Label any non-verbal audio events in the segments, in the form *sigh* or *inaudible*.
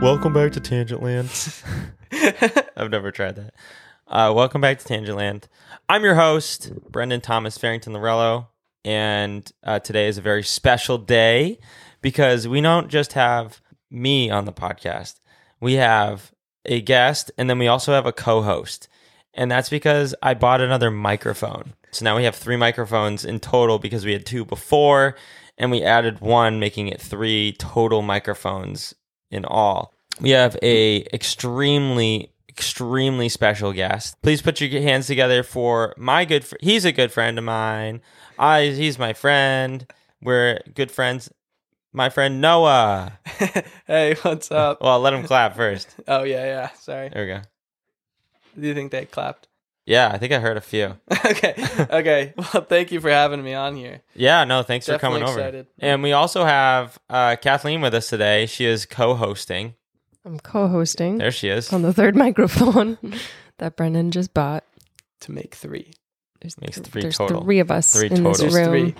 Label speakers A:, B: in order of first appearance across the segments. A: Welcome back to Tangent Land. *laughs* I've never tried that. Uh, welcome back to Tangent Land. I'm your host, Brendan Thomas Farrington Lorello, and uh, today is a very special day because we don't just have me on the podcast. We have a guest, and then we also have a co-host, and that's because I bought another microphone. So now we have three microphones in total because we had two before, and we added one, making it three total microphones in all. We have a extremely extremely special guest. Please put your hands together for my good fr- he's a good friend of mine. I he's my friend. We're good friends. My friend Noah.
B: hey, what's up?
A: Well, let him clap first.
B: Oh yeah, yeah. Sorry.
A: There we go.
B: Do you think they clapped?
A: Yeah, I think I heard a few.
B: okay. Okay. *laughs* Well, thank you for having me on here.
A: Yeah, no, thanks
B: Definitely
A: for coming
B: excited.
A: over. And we also have uh, Kathleen with us today. She is co-hosting.
C: I'm co-hosting
A: There she is.
C: on the third
A: *laughs*
C: *laughs* microphone that Brendan just bought.
B: To make three.
C: There's,
A: Makes three
C: there's
A: total.
C: three of us
A: Three
C: in
A: total.
C: this
B: There's
C: room.
B: three.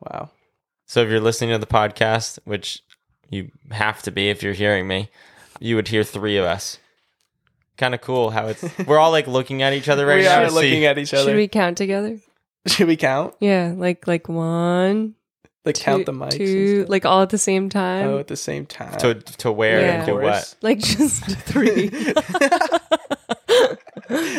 B: Wow.
A: So if you're listening to the podcast, which you have to be if you're hearing me, you would hear three of us. Kind of cool how
B: *laughs*
A: it's we're all like looking at each other right
B: we
A: now.
B: are
A: to see-
B: looking at each other.
C: Should we count together?
B: *laughs* Should we count?
C: Yeah, like like one,
B: Like
C: two,
B: count the mics. and
C: two,
B: stuff?
C: like all at the same time.
B: oh, at the same time.
A: to to where
C: Yeah.
A: and do what.
C: Like just three. *laughs*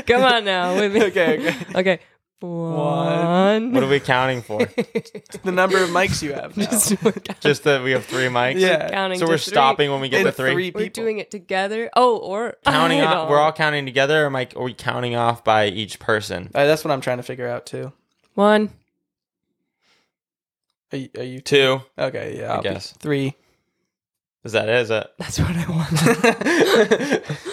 C: Come on now with me.
B: *laughs* Okay, okay.
C: Okay. One.
A: What are we
B: *laughs*
A: counting for?
B: *laughs*
A: *laughs*
B: the number of mics you have now.
C: *laughs* just we're count-
A: Just that we have three *laughs* mics.
B: yeah.
C: counting.
A: So
C: to
A: we're
C: three.
A: stopping when we get
B: And
A: to three.
B: three
C: We're
B: people.
C: doing it together. Oh, or
A: Counting
C: I
A: off,
C: don't-
A: we're all counting together. Or am I, are we counting off by each person?
B: Uh, that's what I'm trying to figure out too.
C: one.
B: Are you, are you two?
A: Two.
B: Okay, yeah.
A: I
B: I'll be-
A: guess.
C: *laughs*
B: three. *laughs*
A: Is that it? Is it?
C: That's what I want.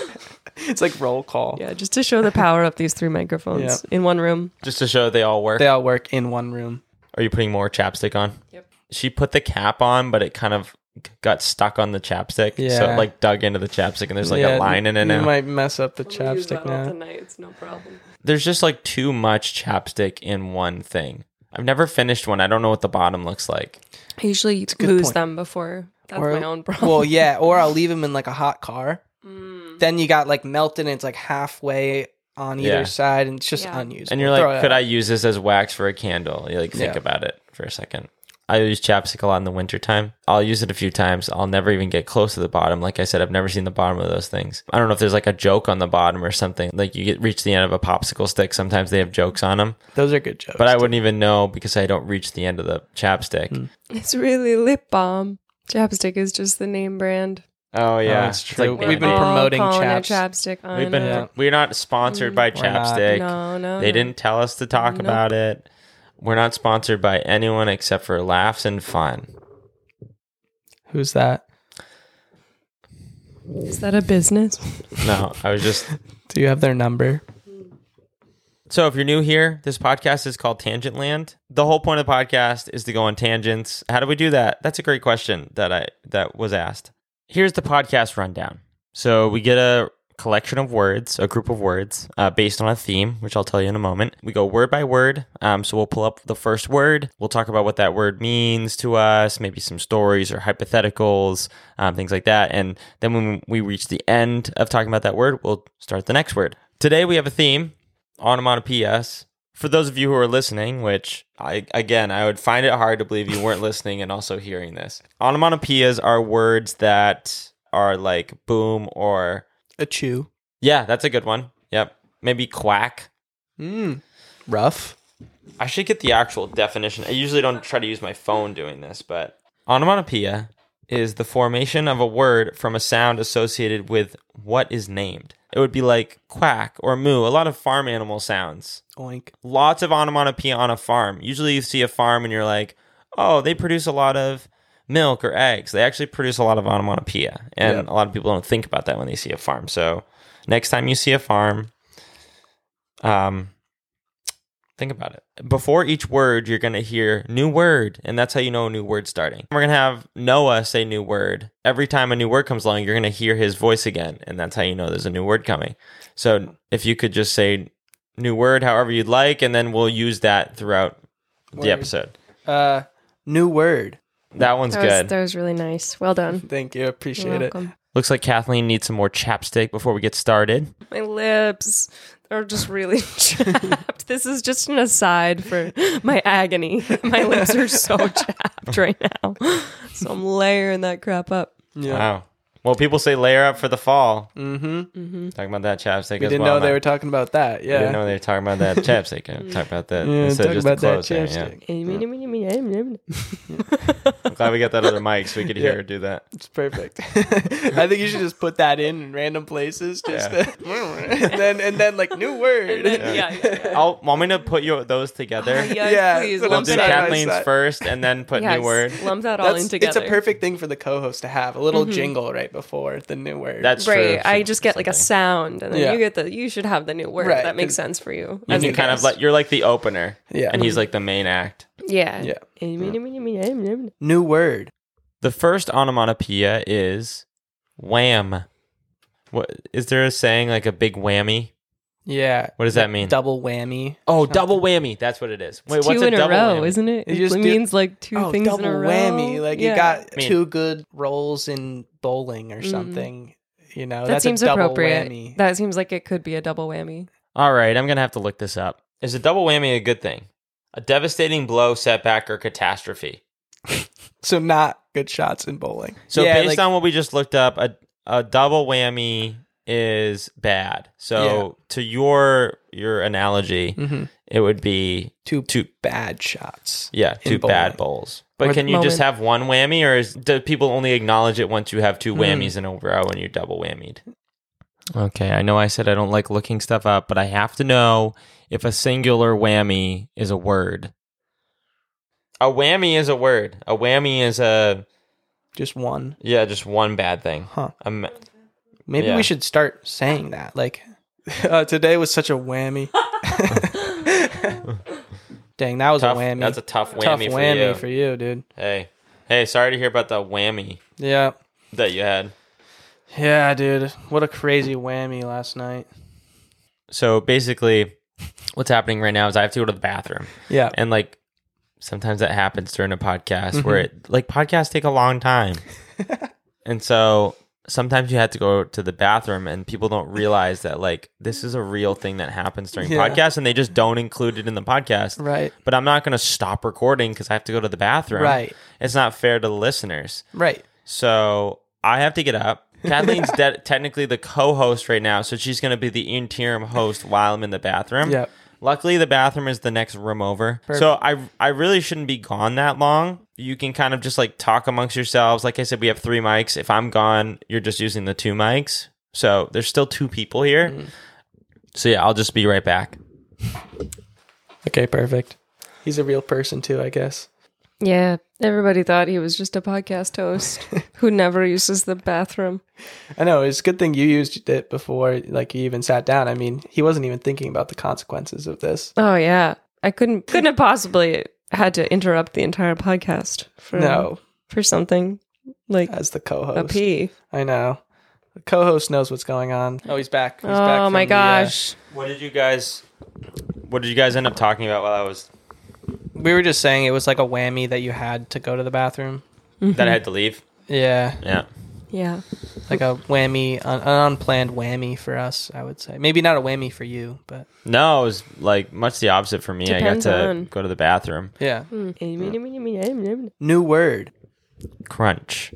B: it's like roll call.
C: Yeah, just to show the power of these three microphones
B: Yeah.
C: in one room.
A: Just to show they all work.
B: They all work in one room.
A: Are you putting more chapstick on?
C: Yep.
A: She put the cap on, but it kind of got stuck on the chapstick. So
B: Yeah.
A: it like dug into the chapstick and there's like
B: Yeah,
A: a line in it
B: you
A: now.
B: might mess up the chapstick now.
C: tonight. It's no problem.
A: There's just like too much chapstick in one thing. I've never finished one. I don't know what the bottom looks like.
C: I usually
B: good
C: lose
B: point.
C: them before. That's
B: Or-
C: my own problem.
B: Well, yeah, or I'll leave them in like a hot car.
C: Mm.
B: Then you got like melted and it's like halfway on either
A: Yeah.
B: side and it's just
C: Yeah.
B: unusable.
A: And you're
B: Throw
A: like,
B: it
A: could
B: out.
A: I use this as wax for a candle? You like think
B: Yeah.
A: about it for a second. I use chapstick a lot in the wintertime. I'll use it a few times. I'll never even get close to the bottom. Like I said, I've never seen the bottom of those things. I don't know if there's like a joke on the bottom or something. Like you get reach the end of a popsicle stick. Sometimes they have jokes on them.
B: Those are good jokes.
A: But I wouldn't even know because I don't reach the end of the chapstick.
C: *laughs* It's really lip balm. Chapstick is just the name brand.
A: Oh yeah,
B: that's
A: It's
B: true.
A: like
B: We've been
A: Band-Aid.
C: all
B: promoting
C: calling it
B: chaps.
C: chapstick. I
A: we've been
C: know.
A: we're not sponsored by
B: We're not.
A: chapstick.
C: no, no.
A: They
C: no.
A: didn't tell us to talk
C: Nope.
A: about it. We're not sponsored by anyone except for laughs and fun.
B: Who's that?
C: Is that a business?
A: No, I was just
B: Do you have their number?
A: So if you're new here, this podcast is called Tangent Land. The whole point of the podcast is to go on tangents. How do we do that? That's a great question that I that was asked. Here's the podcast rundown. So we get a collection of words, a group of words uh, based on a theme, which I'll tell you in a moment. We go word by word. Um, so we'll pull up the first word. We'll talk about what that word means to us, maybe some stories or hypotheticals, um, things like that. And then when we reach the end of talking about that word, we'll start the next word. Today we have a theme onomatopoeias. For those of you who are listening, which I again I would find it hard to believe you weren't *laughs* listening and also hearing this. Onomatopoeias are words that are like boom or
B: A chew.
A: yeah, that's a good one. Yep. Maybe quack.
B: Mm. Rough.
A: I should get the actual definition. I usually don't try to use my phone doing this, but onomatopoeia is the formation of a word from a sound associated with what is named. It would be like quack or moo, a lot of farm animal sounds.
B: Oink.
A: lots of onomatopoeia on a farm. Usually you see a farm and you're like, oh, they produce a lot of milk or eggs. They actually produce a lot of onomatopoeia. And
B: Yep.
A: a lot of people don't think about that when they see a farm. So next time you see a farm, um, think about it. Before each word, you're going to hear new word. And that's how you know a new word starting. We're going to have Noah say new word. Every time a new word comes along, you're going to hear his voice again. And that's how you know there's a new word coming. So if you could just say new word however you'd like, and then we'll use that throughout
B: Word.
A: the episode.
B: Uh, new word.
A: That one's
C: that was,
A: good.
C: that was really nice. Well done.
B: Thank you.
C: You're
B: Appreciate it.
C: welcome.
A: Looks like Kathleen needs some more chapstick before we get started.
C: My lips are just really *laughs* chapped. This is just an aside for my agony. *laughs* My lips are so chapped right now. So I'm layering that crap up.
B: Yeah.
A: Wow. Well, people say layer up for the fall.
B: Mm-hmm.
A: Talking about that chapstick
B: We
A: as
B: didn't
A: well.
B: know they
A: Not-
B: were talking about that.
A: I didn't
B: Yeah.
A: know they were talking
B: *laughs*
A: about that chapstick. I talked about that
B: Yeah.
A: instead
B: Talk
A: of just
B: about
A: the
B: that
A: clothes. hanger, yeah.
B: chapstick. *laughs*
A: I'm glad we got that other mic so we could hear
B: Yeah.
A: her do that.
B: It's
C: *laughs*
B: perfect. I think you should just put that in in random places. Just
A: Yeah.
B: to- *laughs* and then and then like new word.
C: Yeah, yeah,
B: *laughs*
C: yeah.
A: I'll, want me to put you those together? *laughs*
C: Oh, yes,
B: Yeah,
C: please.
B: so
A: We'll
C: Lump
A: do
C: it out.
B: Side by
A: Kathleen's
B: side.
A: first and then put
C: Yes,
A: new word.
C: Lump that all
B: That's-
C: in
B: it's
C: together. Mm-hmm.
B: a perfect thing for the co-host to have a little jingle right before the new word.
A: That's true.
C: Right. I
A: Should-
C: just get like a
A: something.
C: sound and then
B: Yeah.
C: you get the you should have the new word.
B: Right,
C: That makes
B: 'cause
C: sense for you.
A: You
C: as
A: can
C: a
A: kind of
C: guest.
A: like you're like the opener,
B: yeah.
A: and he's like the main act.
C: Yeah.
B: Yeah.
C: Yeah.
B: new word.
A: The first onomatopoeia is wham. What is there a saying like a big whammy?
B: Yeah.
A: What does that mean?
B: Double whammy.
A: oh, double whammy. That's what it is. Wait, what's
C: two
A: a
C: in a
A: double
C: row,
A: whammy?
C: isn't it?
B: You
C: It
B: just do-
C: means like two
B: oh,
C: things
B: double
C: in a row.
B: whammy. Like you
C: Yeah.
B: got
A: I mean-
B: two good rolls in bowling or
C: Mhm.
B: something. You know,
C: that
B: Oh, that's
C: seems
B: a double
C: appropriate.
B: whammy.
C: That seems like it could be a double whammy.
A: All right, I'm gonna have to look this up. Is a double whammy a good thing? A devastating blow, setback, or catastrophe.
B: so not good shots in bowling.
A: So
B: Yeah,
A: based
B: like-
A: on what we just looked up, a a double whammy is bad. So to your your analogy,
B: Mhm.
A: it would be
B: two
A: Two-
B: bad shots.
A: yeah,
B: In
A: two bad bowls. But
B: Or
A: can you just
C: moment.
A: have one whammy, or is, do people only acknowledge it once you have two whammies in a row and you're double whammied? Okay, I know I said I don't like looking stuff up, but I have to know if a singular whammy is a word. A whammy is a word. A whammy is a
B: Just one.
A: yeah, just one bad thing.
B: Huh.
A: Um,
B: Maybe
A: Yeah.
B: we should start saying that. Like *laughs* uh, today was such a whammy. *laughs* Dang, that was
A: tough,
B: a whammy.
A: That's a tough whammy,
B: tough
A: for,
B: whammy
A: you.
B: for you, dude.
A: Hey, hey, sorry to hear about the whammy
B: Yeah.
A: that you had.
B: Yeah, dude. What a crazy whammy last night.
A: So basically, what's happening right now is I have to go to the bathroom.
B: Yeah.
A: and like sometimes that happens during a podcast where it like podcasts take a long *laughs* time and so sometimes you have to go to the bathroom and people don't realize that like this is a real thing that happens during
B: Yeah.
A: podcasts and they just don't include it in the podcast
B: Right.
A: but i'm not going to stop recording because i have to go to the bathroom
B: Right.
A: it's not fair to the listeners
B: Right.
A: so i have to get up kathleen's de- technically the co-host right now so she's going to be the interim host while i'm in the bathroom
B: Yeah.
A: Luckily, the bathroom is the next room over.
B: Perfect.
A: So I I really shouldn't be gone that long. You can kind of just like talk amongst yourselves. Like I said, we have three mics. If I'm gone, you're just using the two mics. So there's still two people here. So yeah, I'll just be right back.
B: Okay, perfect. He's a real person too, I guess.
C: Yeah. Everybody thought he was just a
B: *laughs*
C: podcast host who never uses the bathroom.
B: I know. It's a good thing you used it before, like you even sat down. I mean, he wasn't even thinking about the consequences of this.
C: Oh yeah. I couldn't couldn't have possibly had to interrupt the entire podcast for
B: No,
C: for something like
B: as the
C: a
B: co-host.
C: pee.
B: I know. The co-host knows what's going on. Oh, he's back. He's back
C: Oh my
B: from the, uh,
C: gosh.
A: What did you guys What did you guys end up talking about while I was
B: we were just saying it was like a whammy that you had to go to the bathroom.
A: that I had to leave?
B: Yeah,
A: Yeah.
C: yeah.
B: *laughs* like a whammy, an, an unplanned whammy for us. I would say maybe not a whammy for you, but
A: No, it was like much the opposite for me.
C: Depends
A: I got to
C: on-
A: go to the bathroom.
B: yeah.
C: Mm.
B: New word.
A: Crunch.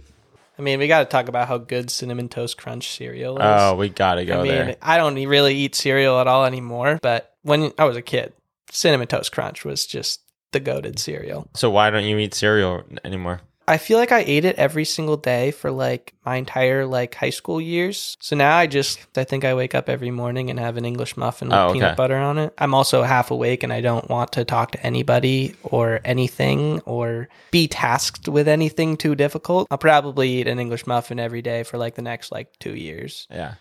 B: I mean, we got to talk about how good cinnamon toast crunch cereal is.
A: Oh, we gotta go
B: I mean,
A: there.
B: I don't e, really eat cereal at all anymore, but when I was a kid, cinnamon toast crunch was just the goaded cereal.
A: So why don't you eat cereal anymore?
B: I feel like I ate it every single day for like my entire like high school years. So now I just I think I wake up every morning and have an English muffin with
A: Oh, okay.
B: peanut butter on it. I'm also half awake and I don't want to talk to anybody or anything or be tasked with anything too difficult. I'll probably eat an English muffin every day for like the next like 2 years.
A: Yeah.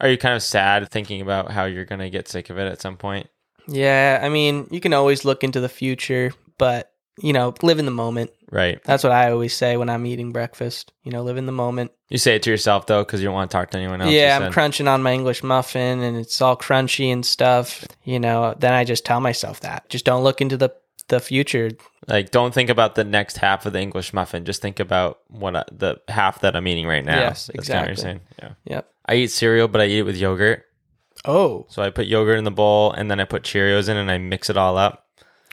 A: Are you kind of sad thinking about how you're going to get sick of it at some point?
B: Yeah, I mean, you can always look into the future, but you know, live in the moment.
A: Right.
B: That's what I always say when I'm eating breakfast. You know, live in the moment.
A: You say it to yourself though cuz you don't want to talk to anyone else.
B: yeah,
A: You
B: I'm
A: said-
B: crunching on my English muffin and it's all crunchy and stuff. You know, then I just tell myself that. Just don't look into the the future.
A: Like, don't think about the next half of the English muffin. Just think about what I, the half that I'm eating right now.
B: Yes,
A: kinda what
B: exactly.
A: you're saying. Yeah.
B: Yep.
A: I eat cereal, but I eat it with yogurt.
B: Oh,
A: So I put yogurt in the bowl, and then I put Cheerios in, and I mix it all up.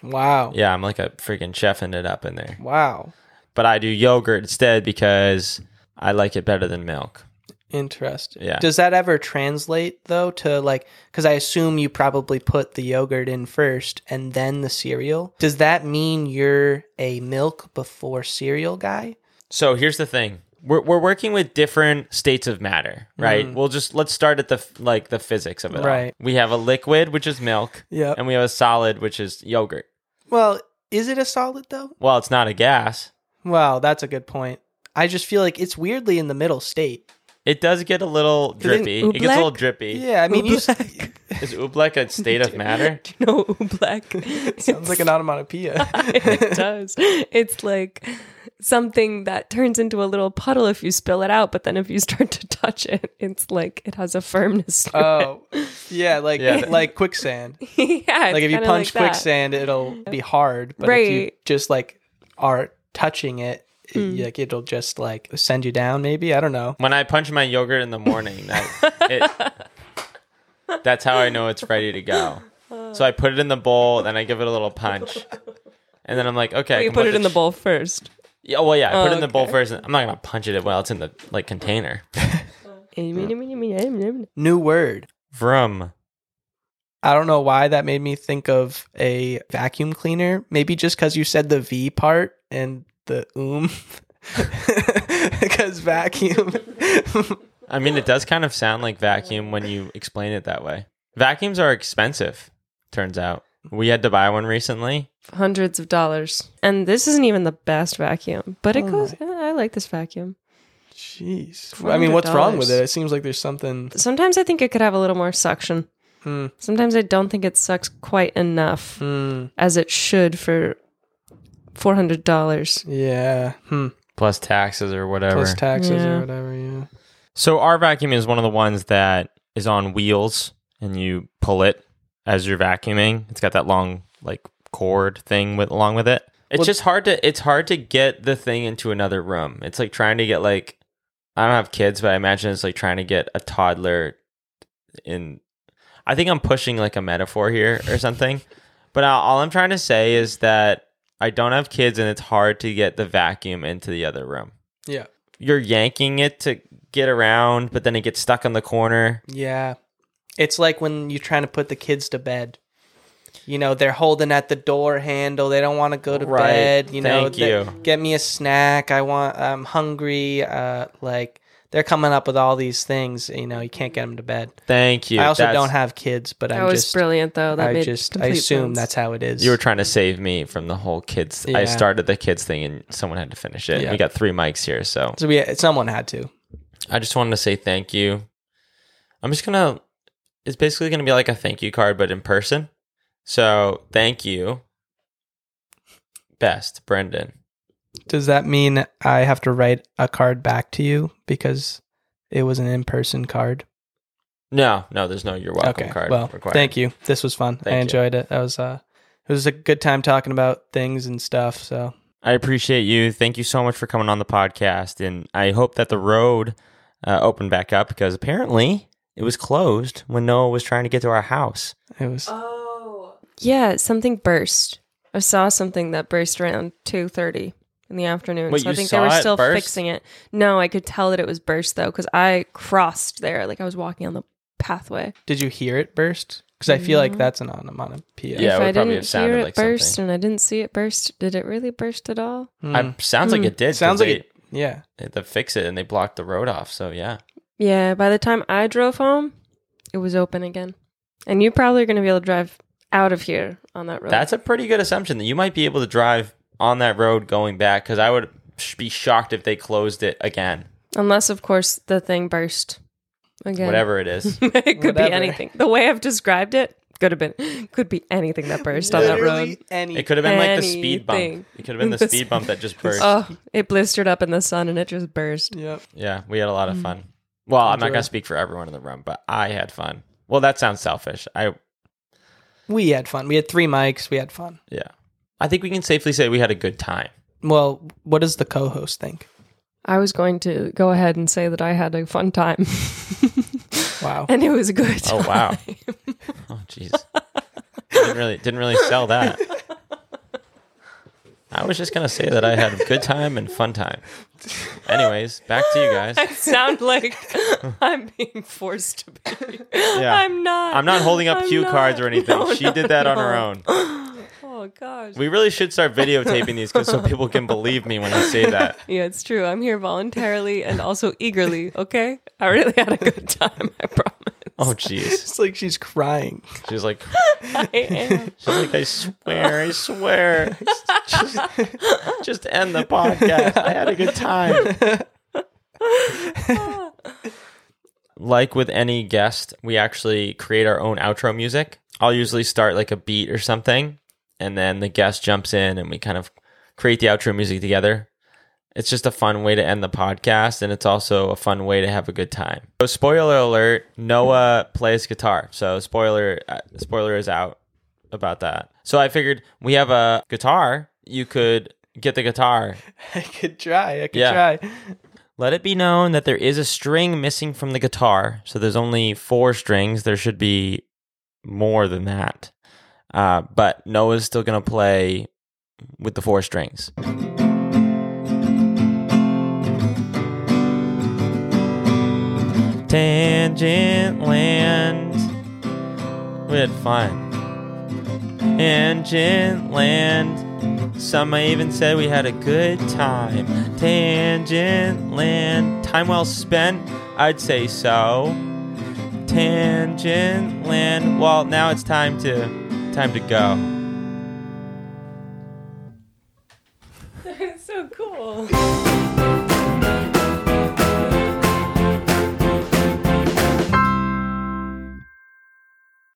B: wow.
A: Yeah, I'm like a freaking chefing it up in there.
B: Wow.
A: But I do yogurt instead because I like it better than milk.
B: Interesting.
A: Yeah.
B: Does that ever translate though to like cuz I assume you probably put the yogurt in first and then the cereal? Does that mean you're a milk before cereal guy?
A: So here's the thing. We're, we're working with different states of matter, right? We'll just let's start at the f- like the physics of it. all.
B: Mm. Right.
A: We have a liquid, which is milk,
B: Yeah.
A: and we have a solid, which is yogurt.
B: Well, is it a solid though?
A: Well, it's not a gas.
B: Well, that's a good point. I just feel like it's weirdly in the middle state.
A: It does get a little
C: think
A: drippy. It gets a little drippy.
B: Yeah, I mean, you s-
C: Oobleck.
A: Is oobleck a state
B: *laughs*
A: of matter?
C: *laughs* Do you know oobleck?
B: sounds like an
C: *laughs*
B: onomatopoeia. *laughs*
C: it does. It's like something that turns into a little puddle if you spill it out, but then if you start to touch it, it's like it has a firmness. To
B: oh, yeah, like
A: Yeah.
B: like quicksand.
C: it. *laughs* yeah, it's
B: like if you
C: kinda
B: punch
C: like that.
B: quicksand, it'll be hard. But if you
C: Right. Mm.
B: just like are touching it, it- like it'll just like send you down. Maybe I don't know.
A: When I punch my yogurt in the morning, that, it, that's how I know it's ready to go. So I put it in the bowl, then I give it a little punch, and then I'm like, okay. I
C: you
A: can
C: put
A: let
C: it in the
A: ch-
C: bowl first,
A: Yeah, well, yeah, I put it
C: Oh,
A: in the bowl
C: okay.
A: first. I'm not gonna punch it while it's in the like container.
C: and
B: New word.
A: Vroom.
B: I don't know why that made me think of a vacuum cleaner. Maybe just because you said the V part and the *laughs* um, because
C: *laughs*
B: vacuum.
A: I mean, it does kind of sound like vacuum when you explain it that way. Vacuums are expensive. Turns out we had to buy one recently.
C: hundreds of dollars. And this isn't even the best vacuum, but it
B: Oh
C: goes. eh, I like this vacuum.
B: Jeez. I mean, what's wrong with
C: $400.
B: it? It seems like there's something.
C: Sometimes I think it could have a little more suction.
B: Hmm.
C: Sometimes I don't think it sucks quite enough
B: Hmm.
C: as it should for four hundred dollars.
B: Yeah. Hmm.
A: Plus taxes or whatever.
B: Plus taxes
C: Yeah.
B: or whatever. Yeah.
A: So our vacuum is one of the ones that is on wheels and you pull it as you're vacuuming. It's got that long like cord thing with along with it. It's
B: Well-
A: just hard to it's hard to get the thing into another room. It's like trying to get like I don't have kids, but I imagine it's like trying to get a toddler in I think I'm pushing like a metaphor here or something. but all- all I'm trying to say is that I don't have kids and it's hard to get the vacuum into the other room
B: Yeah.
A: you're yanking it to get around, but then it gets stuck in the corner.
B: Yeah. It's like when you're trying to put the kids to bed. You know, they're holding at the door handle. They don't want to go to
A: Right.
B: bed. You know,
A: Thank
B: they-
A: you.
B: get me a snack. I want, I'm hungry. Uh, like, they're coming up with all these things. You know, you can't get them to bed.
A: Thank you.
B: I also
A: That's-
B: don't have kids, but
C: That
B: I'm
C: was
B: just,
C: brilliant, though. That
B: I
C: made
B: just, I
C: complete
B: assume
C: sense.
B: that's how it is.
A: You were trying to save me from the whole kids.
B: Yeah.
A: I started the kids thing, and someone had to finish it.
B: Yeah.
A: We got three mics here, so
B: so we, someone had to.
A: I just wanted to say thank you. I'm just gonna. It's basically gonna be like a thank you card, but in person. So thank you, best Brendan.
B: Does that mean I have to write a card back to you because it was an in person card?
A: No, no, there's no you're welcome card.
B: Well,
A: required.
B: thank you. This was fun.
A: Thank
B: I
A: you.
B: enjoyed it. I was uh it was a good time talking about things and stuff. So
A: I appreciate you. Thank you so much for coming on the podcast, and I hope that the road uh, opened back up because apparently it was closed when Noah was trying to get to our house.
B: it was
C: Oh. Yeah, something burst. I saw something that burst around two thirty in the afternoon.
A: Wait,
C: so I
A: you
C: think
A: saw
C: they were
A: it
C: still
A: burst?
C: fixing it. No, I could tell that it was burst though, because I crossed there. Like I was walking on the pathway.
B: Did you hear it burst? Because I feel like
C: No.
B: that's an onomatopoeia.
A: Yeah, it
C: if
A: would
C: I
A: probably
C: didn't
A: have sounded
C: hear it
A: like
C: burst
A: something.
C: and I didn't see it burst, did it really burst at all?
B: Hmm.
A: I, sounds like it did. 'cause
B: Sounds like
A: they,
B: it. Yeah.
A: they had to fix it and they blocked the road off. So yeah,
C: Yeah, by the time I drove home, it was open again. And you probably are gonna be able to drive out of here on that road.
A: that's a pretty good assumption that you might be able to drive on that road going back because I would sh- be shocked if they closed it again,
C: Unless of course the thing burst again.
A: whatever
B: *laughs*
A: it is.
C: *laughs* it could
B: Whatever.
C: be anything. The way I've described it could have been could be anything that burst on that road.
B: Any.
A: It could have been like the speed bump.
C: Anything.
A: It could have been the
C: The
A: speed bump
B: *laughs*
A: that just burst.
C: Oh, it blistered up in the sun and it just burst.
B: Yep.
A: Yeah, we had a
C: Mm.
A: lot of fun. Well, I'm not
B: Enjoy.
A: gonna speak for everyone in the room, but I had fun. Well, that sounds selfish. I
B: We had fun. We had three mics. We had fun.
A: yeah. I think we can safely say we had a good time.
B: Well, what does the co-host think?
C: I was going to go ahead and say that I had a fun time. *laughs*
B: Wow.
C: and it was a good time.
A: Oh wow. Oh jeez. didn't really didn't really sell that. I was just gonna say that I had a good time and fun time. Anyways, back to you guys.
C: *laughs* I sound like I'm being forced to be.
A: Yeah.
C: I'm not.
A: I'm not holding up
C: I'm
A: cue
C: not.
A: cards or anything.
C: No,
A: she
C: no,
A: did that on
C: no.
A: her own.
C: Oh gosh.
A: We really should start videotaping these because so people can believe me when I say that.
C: yeah, it's true. I'm here voluntarily and also eagerly. Okay, I really had a good time. I promise. *laughs*
A: Oh jeez.
B: *laughs* It's like she's crying.
A: She's like
C: I am.
A: she's like, I swear, I swear. Just, just end the podcast. I had a good time. like with any guest, we actually create our own outro music. I'll usually start like a beat or something, and then the guest jumps in and we kind of create the outro music together. It's just a fun way to end the podcast, and it's also a fun way to have a good time. So, spoiler alert: Noah plays guitar, so spoiler uh, spoiler is out about that. So I figured we have a guitar. You could get the guitar
B: *laughs* I could try. I could
A: Yeah.
B: try.
A: let it be known that there is a string missing from the guitar. So there's only four strings. There should be more than that. Uh, but Noah's still going to play with the four strings. Tangent land. We had fun. Tangent land. Some may even said we had a good time. Tangent land. Time well spent? I'd say so. Tangent land. Well, now it's time to time to go.
C: so cool.